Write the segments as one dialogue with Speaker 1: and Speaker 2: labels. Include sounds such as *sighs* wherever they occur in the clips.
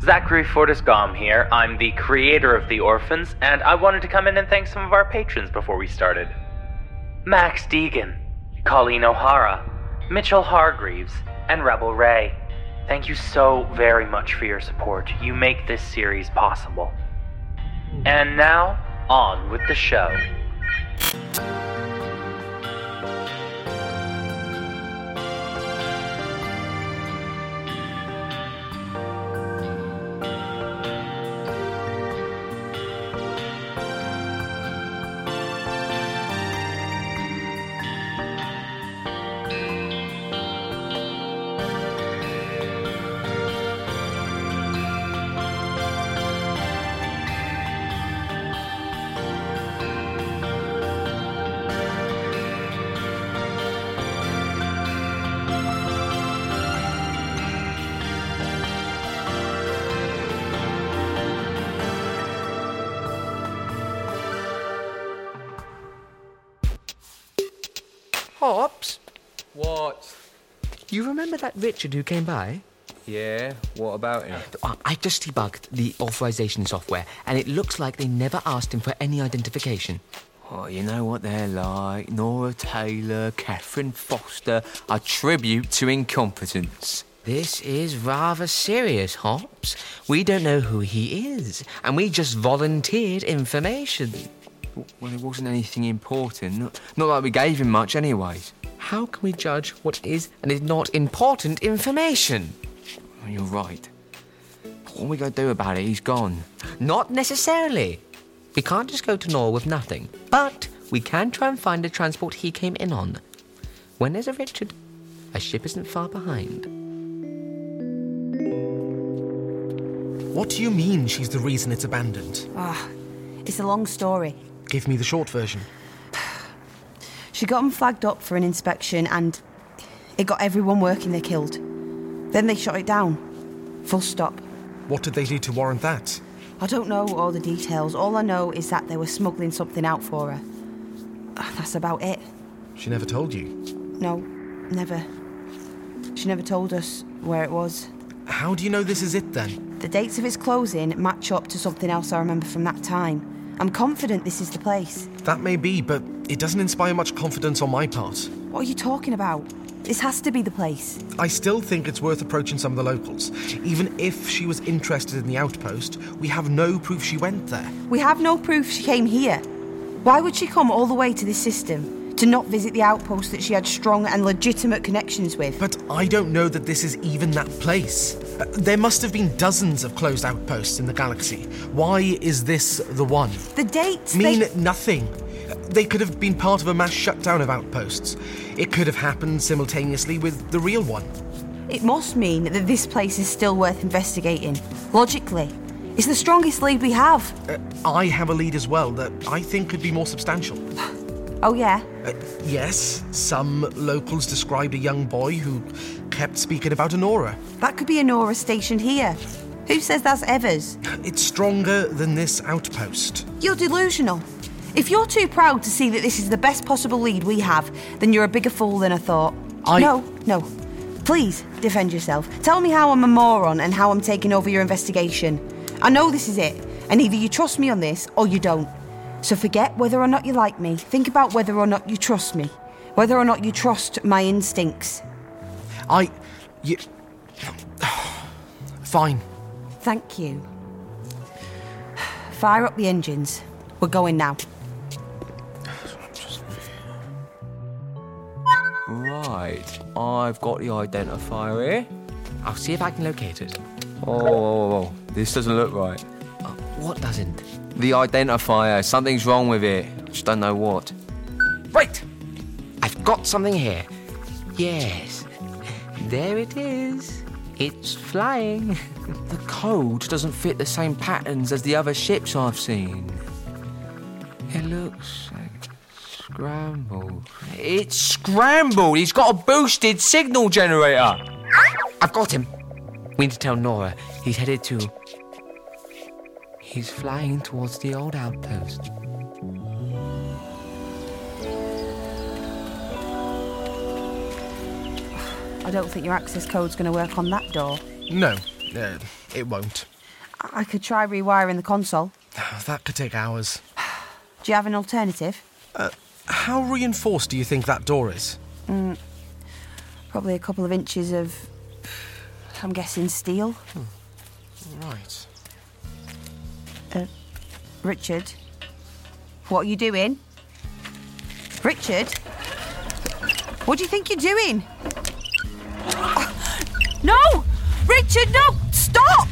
Speaker 1: Zachary Fortiscom here. I'm the creator of The Orphans, and I wanted to come in and thank some of our patrons before we started Max Deegan, Colleen O'Hara, Mitchell Hargreaves, and Rebel Ray. Thank you so very much for your support. You make this series possible. And now, on with the show.
Speaker 2: Hops,
Speaker 3: What?
Speaker 2: you remember that Richard who came by?
Speaker 3: Yeah, what about him?
Speaker 2: Oh, I just debugged the authorization software, and it looks like they never asked him for any identification.
Speaker 4: Oh, you know what they're like. Nora Taylor, Catherine Foster, a tribute to incompetence.
Speaker 2: This is rather serious, Hops. We don't know who he is, and we just volunteered information.
Speaker 4: Well, it wasn't anything important. Not, not like we gave him much, anyways.
Speaker 2: How can we judge what is and is not important information?
Speaker 4: Well, you're right. What are we going to do about it? He's gone.
Speaker 2: Not necessarily. We can't just go to Nor with nothing, but we can try and find the transport he came in on. When there's a Richard, a ship isn't far behind.
Speaker 5: What do you mean she's the reason it's abandoned?
Speaker 6: Ah, It's a long story.
Speaker 5: Give me the short version.
Speaker 6: She got them flagged up for an inspection and it got everyone working they killed. Then they shot it down. Full stop.
Speaker 5: What did they do to warrant that?
Speaker 6: I don't know all the details. All I know is that they were smuggling something out for her. Ah, That's about it.
Speaker 5: She never told you.
Speaker 6: No, never. She never told us where it was.
Speaker 5: How do you know this is it then?
Speaker 6: The dates of its closing match up to something else I remember from that time. I'm confident this is the place.
Speaker 5: That may be, but it doesn't inspire much confidence on my part.
Speaker 6: What are you talking about? This has to be the place.
Speaker 5: I still think it's worth approaching some of the locals. Even if she was interested in the outpost, we have no proof she went there.
Speaker 6: We have no proof she came here. Why would she come all the way to this system to not visit the outpost that she had strong and legitimate connections with?
Speaker 5: But I don't know that this is even that place. Uh, There must have been dozens of closed outposts in the galaxy. Why is this the one?
Speaker 6: the dates
Speaker 5: mean
Speaker 6: they...
Speaker 5: nothing. They could have been part of a mass shutdown of outposts. It could have happened simultaneously with the real one.
Speaker 6: It must mean that this place is still worth investigating. Logically, it's the strongest lead we have.
Speaker 5: Uh, I have a lead as well that I think could be more substantial.
Speaker 6: Oh yeah,
Speaker 5: Uh, yes, some locals described a young boy who kept speaking about Honora.
Speaker 6: That could be an aura stationed here. Who says that's Evers?
Speaker 5: It's stronger than this outpost.
Speaker 6: You're delusional. If you're too proud to see that this is the best possible lead we have, then you're a bigger fool than I thought.
Speaker 5: I-
Speaker 6: No, no. Please defend yourself. Tell me how I'm a moron and how I'm taking over your investigation. I know this is it, and either you trust me on this or you don't. So forget whether or not you like me. Think about whether or not you trust me, whether or not you trust my instincts.
Speaker 5: I. You. *sighs* Fine.
Speaker 6: Thank you. Fire up the engines. We're going now.
Speaker 4: Right, I've got the identifier here.
Speaker 2: I'll see if I can locate it.
Speaker 4: Oh, whoa, whoa, whoa, whoa. this doesn't look right.
Speaker 2: Uh, what doesn't?
Speaker 4: The identifier, something's wrong with it. Just don't know what.
Speaker 2: Right! I've got something here. Yes. There it is. It's flying.
Speaker 4: *laughs* The code doesn't fit the same patterns as the other ships I've seen. It looks like scrambled. It's scrambled! He's got a boosted signal generator!
Speaker 2: I've got him. We need to tell Nora. He's headed to. He's flying towards the old outpost.
Speaker 6: I don't think your access code's going to work on that door.
Speaker 5: No, uh, it won't.
Speaker 6: I I could try rewiring the console.
Speaker 5: That could take hours.
Speaker 6: Do you have an alternative?
Speaker 5: How reinforced do you think that door is?
Speaker 6: Mm. Probably a couple of inches of. I'm guessing steel.
Speaker 5: Right.
Speaker 6: Uh, Richard. What are you doing? Richard? What do you think you're doing? *gasps* No! Richard, no! Stop!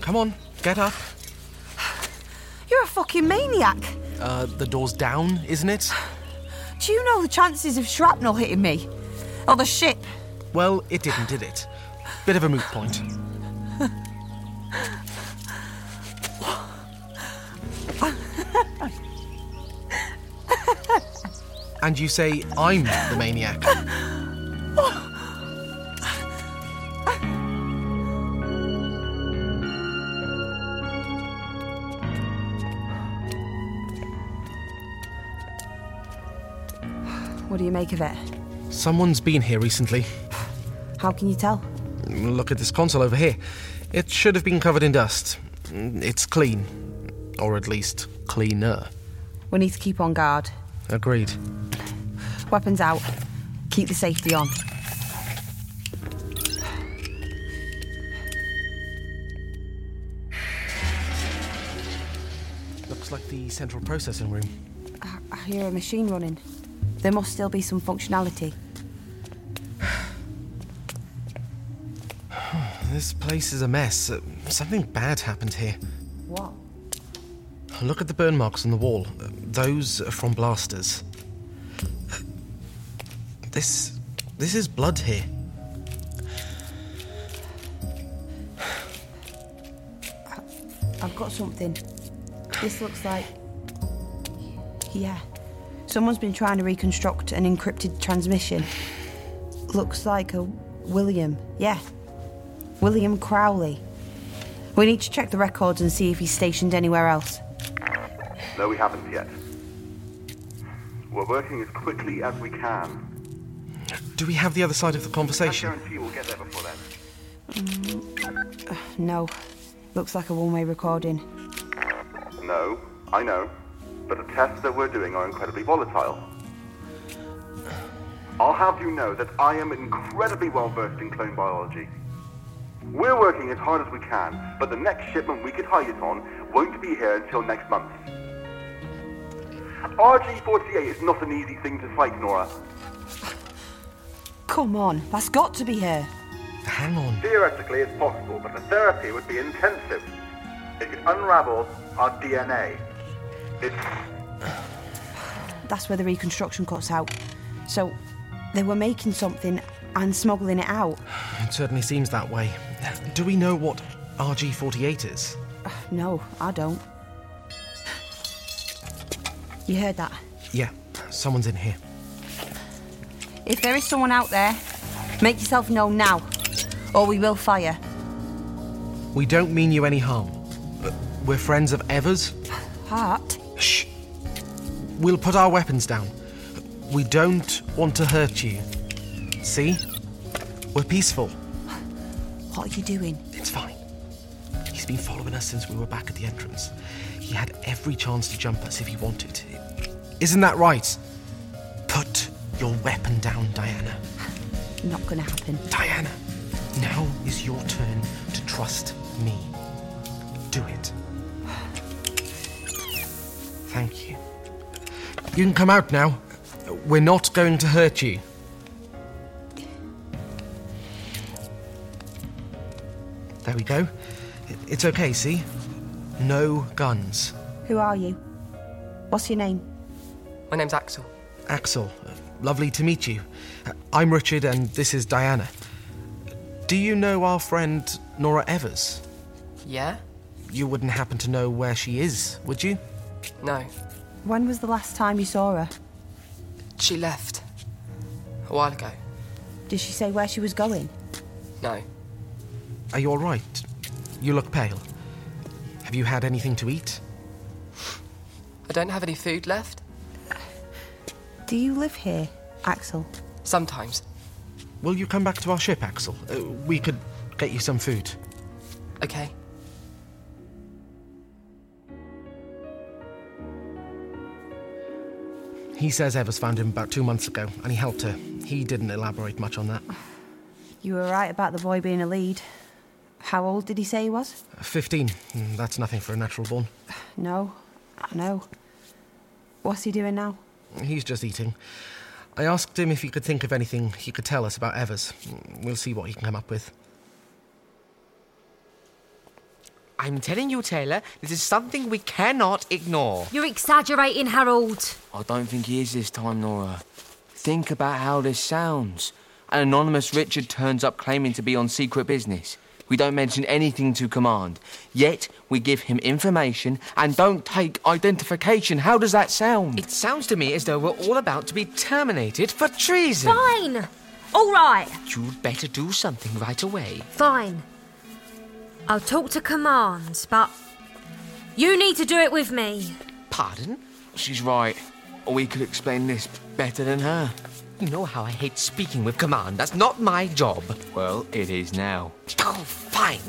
Speaker 5: Come on, get up.
Speaker 6: You're a fucking maniac.
Speaker 5: Uh, the door's down, isn't it?
Speaker 6: Do you know the chances of shrapnel hitting me? Or the ship?
Speaker 5: Well, it didn't, did it? Bit of a moot point. and you say I'm the maniac.
Speaker 6: What do you make of it?
Speaker 5: Someone's been here recently.
Speaker 6: How can you tell?
Speaker 5: Look at this console over here. It should have been covered in dust. It's clean. Or at least cleaner.
Speaker 6: We need to keep on guard.
Speaker 5: Agreed.
Speaker 6: Weapons out. Keep the safety on.
Speaker 5: Looks like the central processing room.
Speaker 6: I, I hear a machine running. There must still be some functionality.
Speaker 5: This place is a mess. Uh, Something bad happened here.
Speaker 6: What?
Speaker 5: Look at the burn marks on the wall. Uh, Those are from blasters. This. this is blood here.
Speaker 6: I've got something. This looks like. Yeah. Someone's been trying to reconstruct an encrypted transmission. Looks like a William. Yeah. William Crowley. We need to check the records and see if he's stationed anywhere else.
Speaker 7: No, we haven't yet. We're working as quickly as we can.
Speaker 5: Do we have the other side of the
Speaker 7: I
Speaker 5: conversation?
Speaker 7: guarantee we'll get there before then.
Speaker 6: Mm, uh, No. Looks like a one way recording.
Speaker 7: No, I know. But the tests that we're doing are incredibly volatile. I'll have you know that I am incredibly well versed in clone biology. We're working as hard as we can, but the next shipment we could hide it on won't be here until next month. RG48 is not an easy thing to fight, Nora.
Speaker 6: Come on, that's got to be her.
Speaker 5: Hang on.
Speaker 7: Theoretically, it's possible, but the therapy would be intensive. It could unravel our DNA. It's.
Speaker 6: That's where the reconstruction cuts out. So they were making something and smuggling it out. *sighs*
Speaker 5: It certainly seems that way. Do we know what RG 48 is?
Speaker 6: No, I don't. You heard that?
Speaker 5: Yeah, someone's in here.
Speaker 6: If there is someone out there, make yourself known now, or we will fire.
Speaker 5: We don't mean you any harm. Uh, We're friends of Evers.
Speaker 6: Heart?
Speaker 5: Shh. We'll put our weapons down. We don't want to hurt you. See? We're peaceful.
Speaker 6: What are you doing?
Speaker 5: It's fine. He's been following us since we were back at the entrance. He had every chance to jump us if he wanted. Isn't that right? Put your weapon down, Diana.
Speaker 6: Not gonna happen.
Speaker 5: Diana, now is your turn to trust me. Do it. Thank you. You can come out now. We're not going to hurt you. There we go. I- It's okay, see? No guns.
Speaker 6: Who are you? What's your name?
Speaker 8: My name's Axel.
Speaker 5: Axel, lovely to meet you. I'm Richard and this is Diana. Do you know our friend Nora Evers?
Speaker 8: Yeah?
Speaker 5: You wouldn't happen to know where she is, would you?
Speaker 8: No.
Speaker 6: When was the last time you saw her?
Speaker 8: She left. A while ago.
Speaker 6: Did she say where she was going?
Speaker 8: No.
Speaker 5: Are you all right? You look pale. Have you had anything to eat?
Speaker 8: I don't have any food left.
Speaker 6: Do you live here, Axel?
Speaker 8: Sometimes.
Speaker 5: Will you come back to our ship, Axel? Uh, we could get you some food.
Speaker 8: Okay.
Speaker 5: He says Evers found him about two months ago, and he helped her. He didn't elaborate much on that.
Speaker 6: You were right about the boy being a lead. How old did he say he was?
Speaker 5: Fifteen. Mm, That's nothing for a natural born.
Speaker 6: No, I know. What's he doing now?
Speaker 5: He's just eating. I asked him if he could think of anything he could tell us about Evers. Mm, We'll see what he can come up with.
Speaker 2: I'm telling you, Taylor, this is something we cannot ignore.
Speaker 9: You're exaggerating, Harold.
Speaker 4: I don't think he is this time, Nora. Think about how this sounds. An anonymous Richard turns up claiming to be on secret business. We don't mention anything to command. Yet, we give him information and don't take identification. How does that sound?
Speaker 2: It sounds to me as though we're all about to be terminated for treason.
Speaker 9: Fine. All right.
Speaker 2: You'd better do something right away.
Speaker 9: Fine. I'll talk to commands, but you need to do it with me.
Speaker 2: Pardon?
Speaker 4: She's right. We could explain this better than her.
Speaker 2: You know how I hate speaking with command. That's not my job.
Speaker 4: Well, it is now.
Speaker 2: Oh, fine.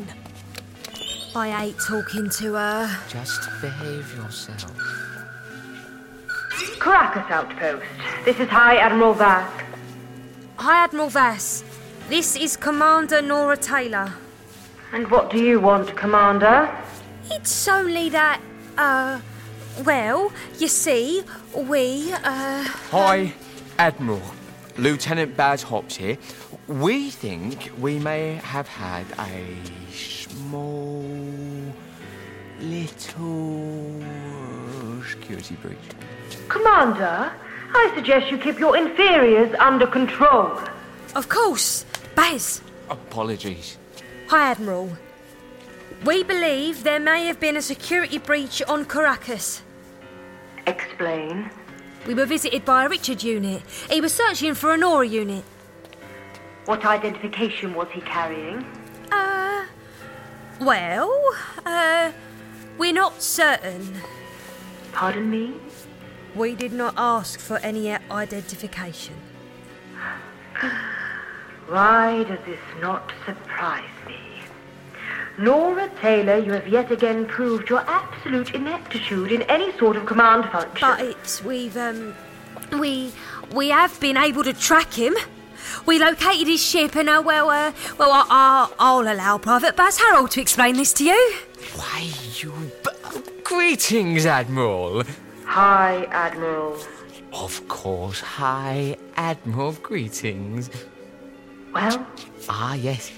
Speaker 9: I hate talking to her.
Speaker 2: Just behave yourself.
Speaker 10: Caracas outpost. This is High Admiral Vask.
Speaker 9: Hi, Admiral Vass. This is Commander Nora Taylor.
Speaker 10: And what do you want, Commander?
Speaker 9: It's only that, uh, well, you see, we, uh,
Speaker 4: Hi, Admiral. Lieutenant Baz Hops here. We think we may have had a small, little security breach.
Speaker 10: Commander, I suggest you keep your inferiors under control.
Speaker 9: of course, Baz.
Speaker 4: Apologies.
Speaker 9: Hi, Admiral. We believe there may have been a security breach on Caracas.
Speaker 10: Explain.
Speaker 9: We were visited by a Richard unit. He was searching for an Aura unit.
Speaker 10: What identification was he carrying?
Speaker 9: Uh, well, uh, we're not certain.
Speaker 10: Pardon me?
Speaker 9: We did not ask for any identification.
Speaker 10: Why does this not surprise me? Nora Taylor, you have yet again proved your absolute ineptitude in any sort of command function.
Speaker 9: But it's, we've, um, we, we have been able to track him. We located his ship and, uh, well, uh, well, I, I, I'll allow Private Baz Harold to explain this to you.
Speaker 2: Why, you. B- Greetings, Admiral.
Speaker 10: High Admiral.
Speaker 2: Of course, hi, Admiral. Greetings.
Speaker 10: Well,
Speaker 2: Ah, yes.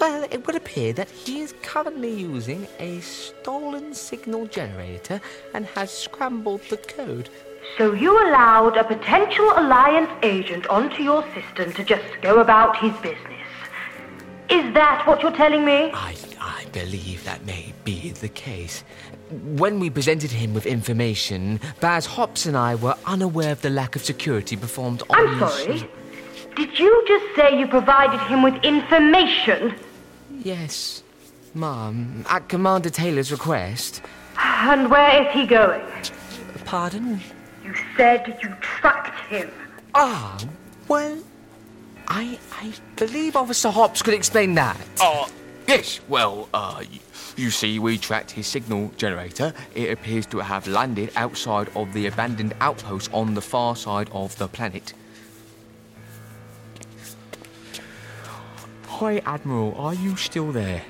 Speaker 2: Well, it would appear that he is currently using a stolen signal generator and has scrambled the code.
Speaker 10: So you allowed a potential alliance agent onto your system to just go about his business. Is that what you're telling me?
Speaker 4: I believe that may be the case. When we presented him with information, Baz Hops and I were unaware of the lack of security performed on.
Speaker 10: I'm sorry. Did you just say you provided him with information?
Speaker 4: Yes. Ma'am, at Commander Taylor's request.
Speaker 10: And where is he going?
Speaker 4: Pardon?
Speaker 10: You said you tracked him.
Speaker 4: Ah, well, I I believe Officer Hops could explain that.
Speaker 11: Ah, yes, well, uh, y- you see, we tracked his signal generator. It appears to have landed outside of the abandoned outpost on the far side of the planet. Hi, Admiral, are you still there?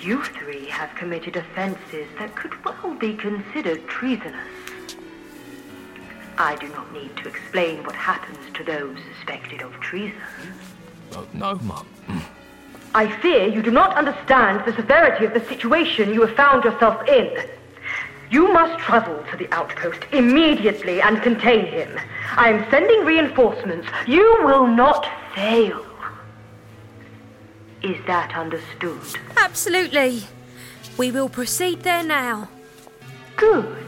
Speaker 10: You three have committed offences that could well be considered treasonous. I do not need to explain what happens to those suspected of treason.
Speaker 11: Oh, no, Mum.
Speaker 10: I fear you do not understand the severity of the situation you have found yourself in. You must travel to the outpost immediately and contain him. I am sending reinforcements. You will not fail. Is that understood?
Speaker 9: Absolutely. We will proceed there now.
Speaker 10: Good.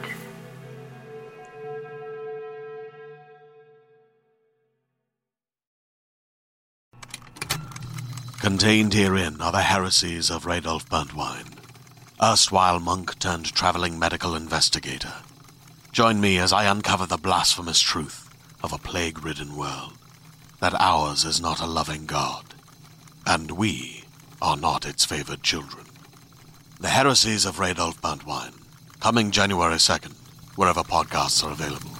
Speaker 12: Contained herein are the heresies of Radolf Burntwine, erstwhile monk turned traveling medical investigator. Join me as I uncover the blasphemous truth of a plague ridden world that ours is not a loving God, and we are not its favored children. The heresies of Radolf Burntwine, coming January 2nd, wherever podcasts are available.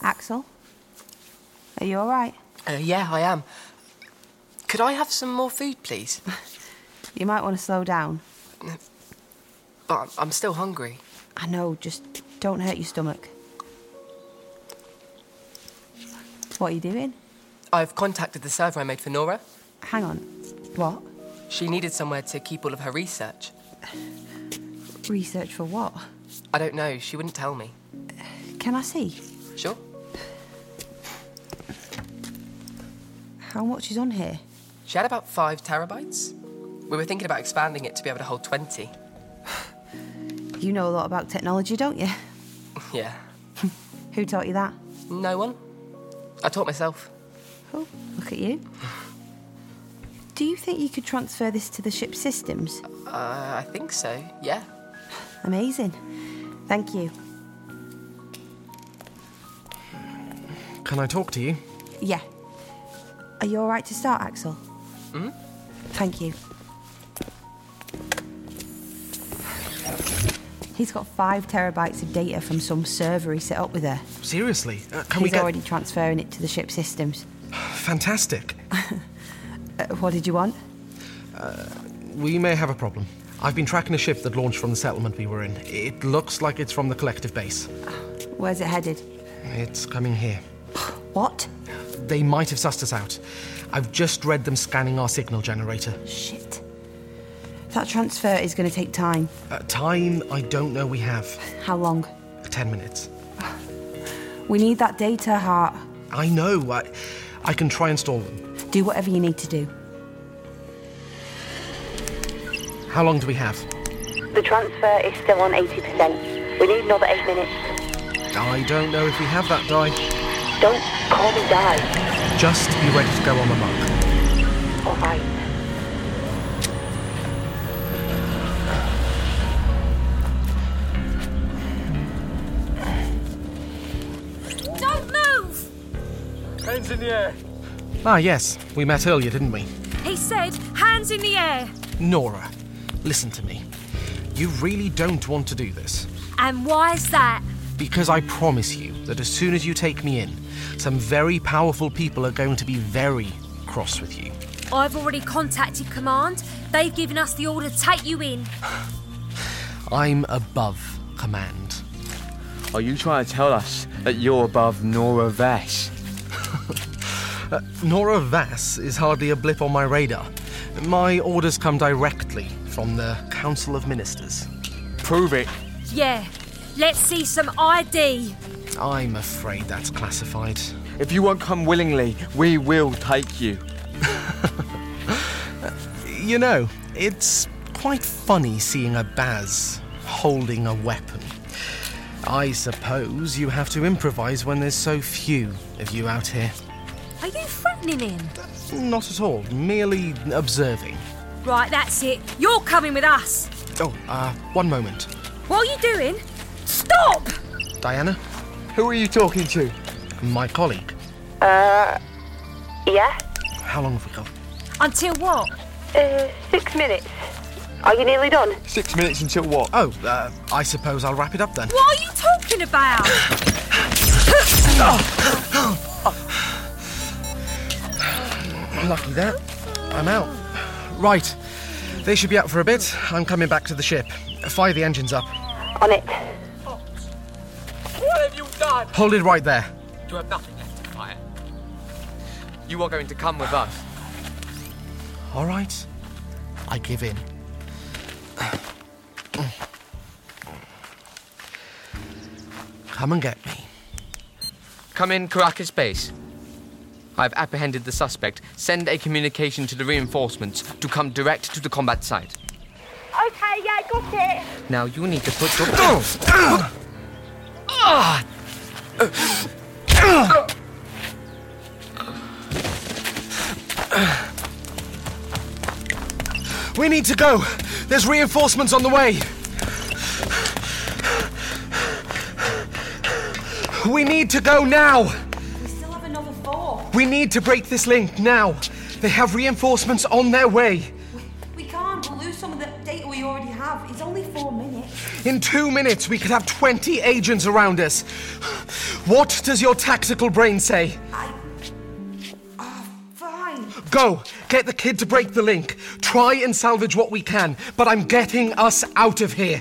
Speaker 6: Axel, are you all right?
Speaker 8: Uh, yeah, I am. Could I have some more food, please? *laughs*
Speaker 6: You might want to slow down.
Speaker 8: But I'm- I'm still hungry.
Speaker 6: I know, just don't hurt your stomach. What are you doing?
Speaker 8: I've contacted the server I made for Nora.
Speaker 6: Hang on. What?
Speaker 8: She needed somewhere to keep all of her research.
Speaker 6: Research for what?
Speaker 8: I don't know, she wouldn't tell me.
Speaker 6: Can I see?
Speaker 8: Sure.
Speaker 6: How much is on here?
Speaker 8: She had about five terabytes. We were thinking about expanding it to be able to hold 20.
Speaker 6: You know a lot about technology, don't you?
Speaker 8: *laughs* Yeah.
Speaker 6: Who taught you that?
Speaker 8: No one. I taught myself.
Speaker 6: Oh, Look at you. Do you think you could transfer this to the ship's systems?
Speaker 8: Uh, I think so, yeah.
Speaker 6: Amazing. Thank you.
Speaker 5: Can I talk to you?
Speaker 6: Yeah. Are you all right to start, Axel?
Speaker 5: Hmm?
Speaker 6: Thank you. He's got five terabytes of data from some server he set up with her.
Speaker 5: Seriously? Uh, can we
Speaker 6: He's
Speaker 5: get.
Speaker 6: already transferring it to the ship's systems. *laughs*
Speaker 5: Fantastic.
Speaker 6: Uh, what did you want?
Speaker 5: Uh, we may have a problem. I've been tracking a ship that launched from the settlement we were in. It looks like it's from the collective base.
Speaker 6: Where's it headed?
Speaker 5: It's coming here.
Speaker 6: *gasps* What?
Speaker 5: They might have sussed us out. I've just read them scanning our signal generator.
Speaker 6: Shit. That transfer is going to take time.
Speaker 5: Uh, time I don't know we have.
Speaker 6: How long?
Speaker 5: Ten minutes.
Speaker 6: We need that data, Hart.
Speaker 5: I know. I, I can try and stall them.
Speaker 6: Do whatever you need to do.
Speaker 5: How long do we have?
Speaker 13: The transfer is still on 80%. We need another eight minutes.
Speaker 5: I don't know if we have that die.
Speaker 13: Don't call me die.
Speaker 5: Just be ready to go on the mark.
Speaker 13: All right.
Speaker 9: Don't move!
Speaker 11: Hands in the air.
Speaker 5: Ah, yes. We met earlier, didn't we?
Speaker 9: He said, hands in the air.
Speaker 5: Nora, listen to me. You really don't want to do this.
Speaker 9: And why's that?
Speaker 5: Because I promise you that as soon as you take me in, some very powerful people are going to be very cross with you.
Speaker 9: I've already contacted command. They've given us the order to take you in.
Speaker 5: I'm above command.
Speaker 11: Are you trying to tell us that you're above Nora Vash?
Speaker 5: Uh, Nora Vass is hardly a blip on my radar. My orders come directly from the Council of Ministers. Prove it.
Speaker 9: Yeah, let's see some ID.
Speaker 5: I'm afraid that's classified.
Speaker 4: If you won't come willingly, we will take you.
Speaker 5: *laughs* You know, it's quite funny seeing a Baz holding a weapon. I suppose you have to improvise when there's so few of you out here.
Speaker 9: Are you threatening him?
Speaker 5: Not at all, merely observing.
Speaker 9: Right, that's it. You're coming with us.
Speaker 5: Oh, uh, one moment.
Speaker 9: What are you doing? Stop!
Speaker 5: Diana? Who are you talking to? My colleague.
Speaker 13: Uh, yeah?
Speaker 5: How long have we got?
Speaker 9: Until what?
Speaker 13: Uh, six minutes. Are you nearly done?
Speaker 5: Six minutes until what? Oh, uh, I suppose I'll wrap it up then.
Speaker 9: What are you talking about?
Speaker 5: *sighs* Lucky that. I'm out. Right. They should be out for a bit. I'm coming back to the ship. Fire the engines up.
Speaker 13: On it.
Speaker 11: What have you done?
Speaker 5: Hold it right there.
Speaker 11: You have nothing left to fire. You are going to come with us.
Speaker 5: All right. I give in. Come and get me.
Speaker 11: Come in Caracas base. I've apprehended the suspect. Send a communication to the reinforcements to come direct to the combat site.
Speaker 13: Okay, yeah, got it.
Speaker 11: Now you need to put your. Ah!
Speaker 5: We need to go. There's reinforcements on the way. We need to go now.
Speaker 6: We still have another four.
Speaker 5: We need to break this link now. They have reinforcements on their way.
Speaker 6: We can't. We'll lose some of the data we already have. It's only four minutes.
Speaker 5: In two minutes, we could have 20 agents around us. What does your tactical brain say?
Speaker 6: Fine.
Speaker 5: Go, get the kid to break the link. Try and salvage what we can, but I'm getting us out of here.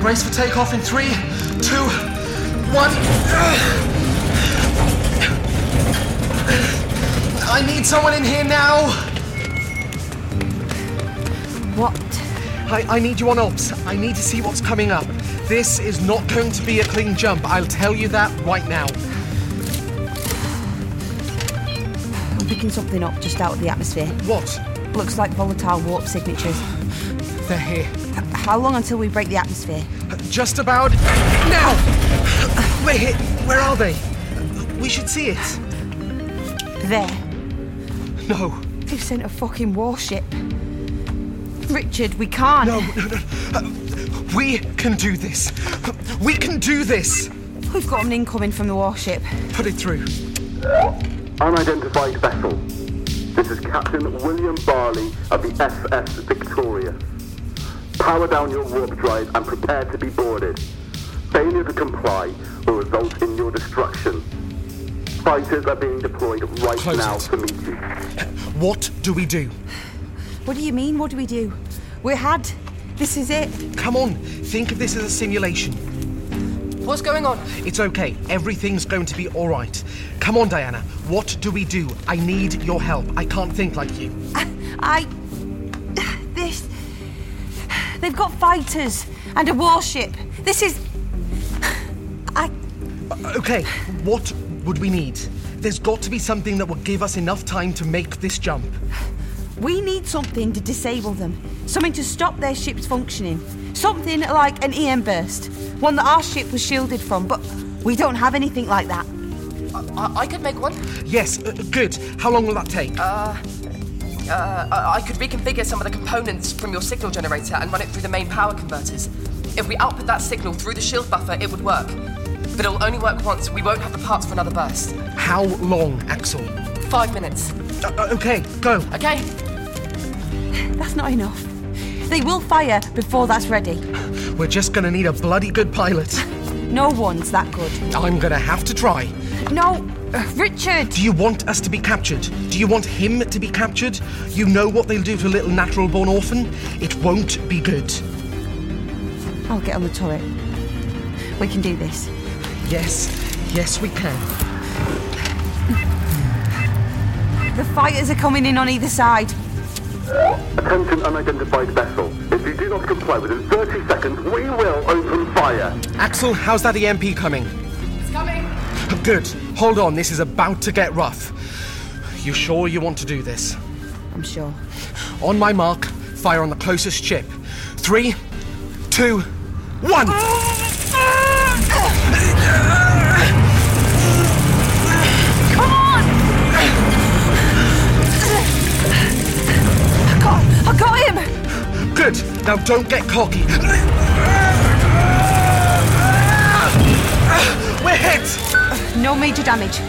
Speaker 5: Brace for takeoff in three, two, one. I need someone in here now.
Speaker 6: What?
Speaker 5: I, I need you on ops. I need to see what's coming up. This is not going to be a clean jump. I'll tell you that right now.
Speaker 6: I'm picking something up just out of the atmosphere.
Speaker 5: What?
Speaker 6: Looks like volatile warp signatures.
Speaker 5: They're here.
Speaker 6: How long until we break the atmosphere?
Speaker 5: Just about now. They're here. Where are they? We should see it.
Speaker 6: There.
Speaker 5: No.
Speaker 6: They've sent a fucking warship. Richard, we can't.
Speaker 5: No, no, no. Uh, We can do this. We can do this.
Speaker 6: We've got an incoming from the warship.
Speaker 5: Put it through.
Speaker 7: Unidentified vessel. This is Captain William Barley of the SS Victoria. Power down your warp drive and prepare to be boarded. Failure to comply will result in your destruction. Fighters are being deployed right
Speaker 5: Close
Speaker 7: now
Speaker 5: it.
Speaker 7: to meet you.
Speaker 5: What do we do?
Speaker 6: What do you mean? What do we do? We're had. This is it.
Speaker 5: Come on, think of this as a simulation.
Speaker 8: What's going on?
Speaker 5: It's okay. Everything's going to be all right. Come on, Diana. What do we do? I need your help. I can't think like you.
Speaker 6: I. This. They've got fighters and a warship. This is.
Speaker 5: Uh, Okay, what would we need? There's got to be something that will give us enough time to make this jump.
Speaker 6: We need something to disable them. Something to stop their ships functioning. Something like an EM burst. One that our ship was shielded from, but we don't have anything like that.
Speaker 8: I, I could make one.
Speaker 5: Yes, uh, good. How long will that take?
Speaker 8: Uh, uh, I I could reconfigure some of the components from your signal generator and run it through the main power converters. If we output that signal through the shield buffer, it would work. But it'll only work once. We won't have the parts for another burst.
Speaker 5: How long, Axel?
Speaker 8: Five minutes.
Speaker 5: Uh, uh, okay, go.
Speaker 8: Okay.
Speaker 6: That's not enough. They will fire before that's ready.
Speaker 5: We're just gonna need a bloody good pilot. *laughs*
Speaker 6: No one's that good.
Speaker 5: I'm gonna have to try.
Speaker 6: No, uh, Richard!
Speaker 5: Do you want us to be captured? Do you want him to be captured? You know what they'll do to a little natural born orphan? It won't be good.
Speaker 6: I'll get on the turret. We can do this.
Speaker 5: Yes, yes, we can.
Speaker 6: The fighters are coming in on either side.
Speaker 7: Attention unidentified vessel. If you do not comply within 30 seconds, we will open fire.
Speaker 5: Axel, how's that EMP coming?
Speaker 8: It's coming.
Speaker 5: Good. Hold on, this is about to get rough. You sure you want to do this?
Speaker 6: I'm sure.
Speaker 5: On my mark, fire on the closest ship. Three, two,
Speaker 6: *gasps*
Speaker 5: one!
Speaker 6: Come on! I got, I got him!
Speaker 5: Good. Now don't get cocky. We're hit!
Speaker 6: No major damage.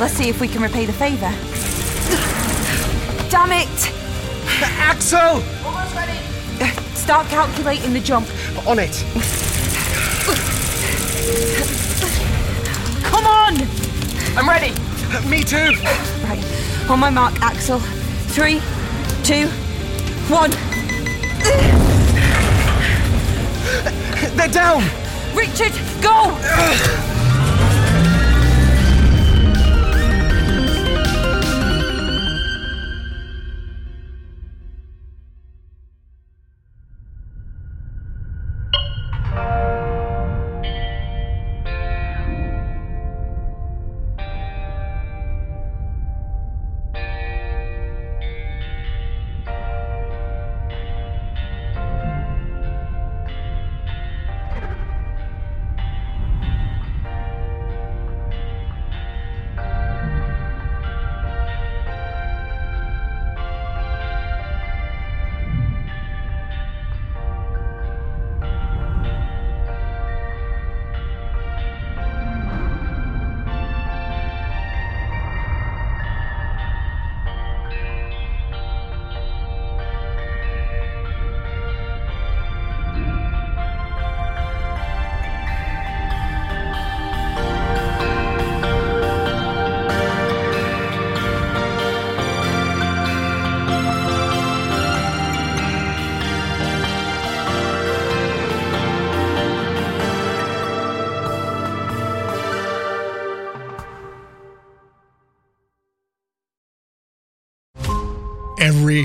Speaker 6: Let's see if we can repay the favour. Damn it!
Speaker 5: Axel!
Speaker 8: Almost ready.
Speaker 6: Start calculating the jump.
Speaker 5: On it.
Speaker 6: Come on!
Speaker 8: I'm ready.
Speaker 5: Me too.
Speaker 6: Right. On my mark, Axel. Three, two, one.
Speaker 5: They're down!
Speaker 6: Richard, go!
Speaker 14: Every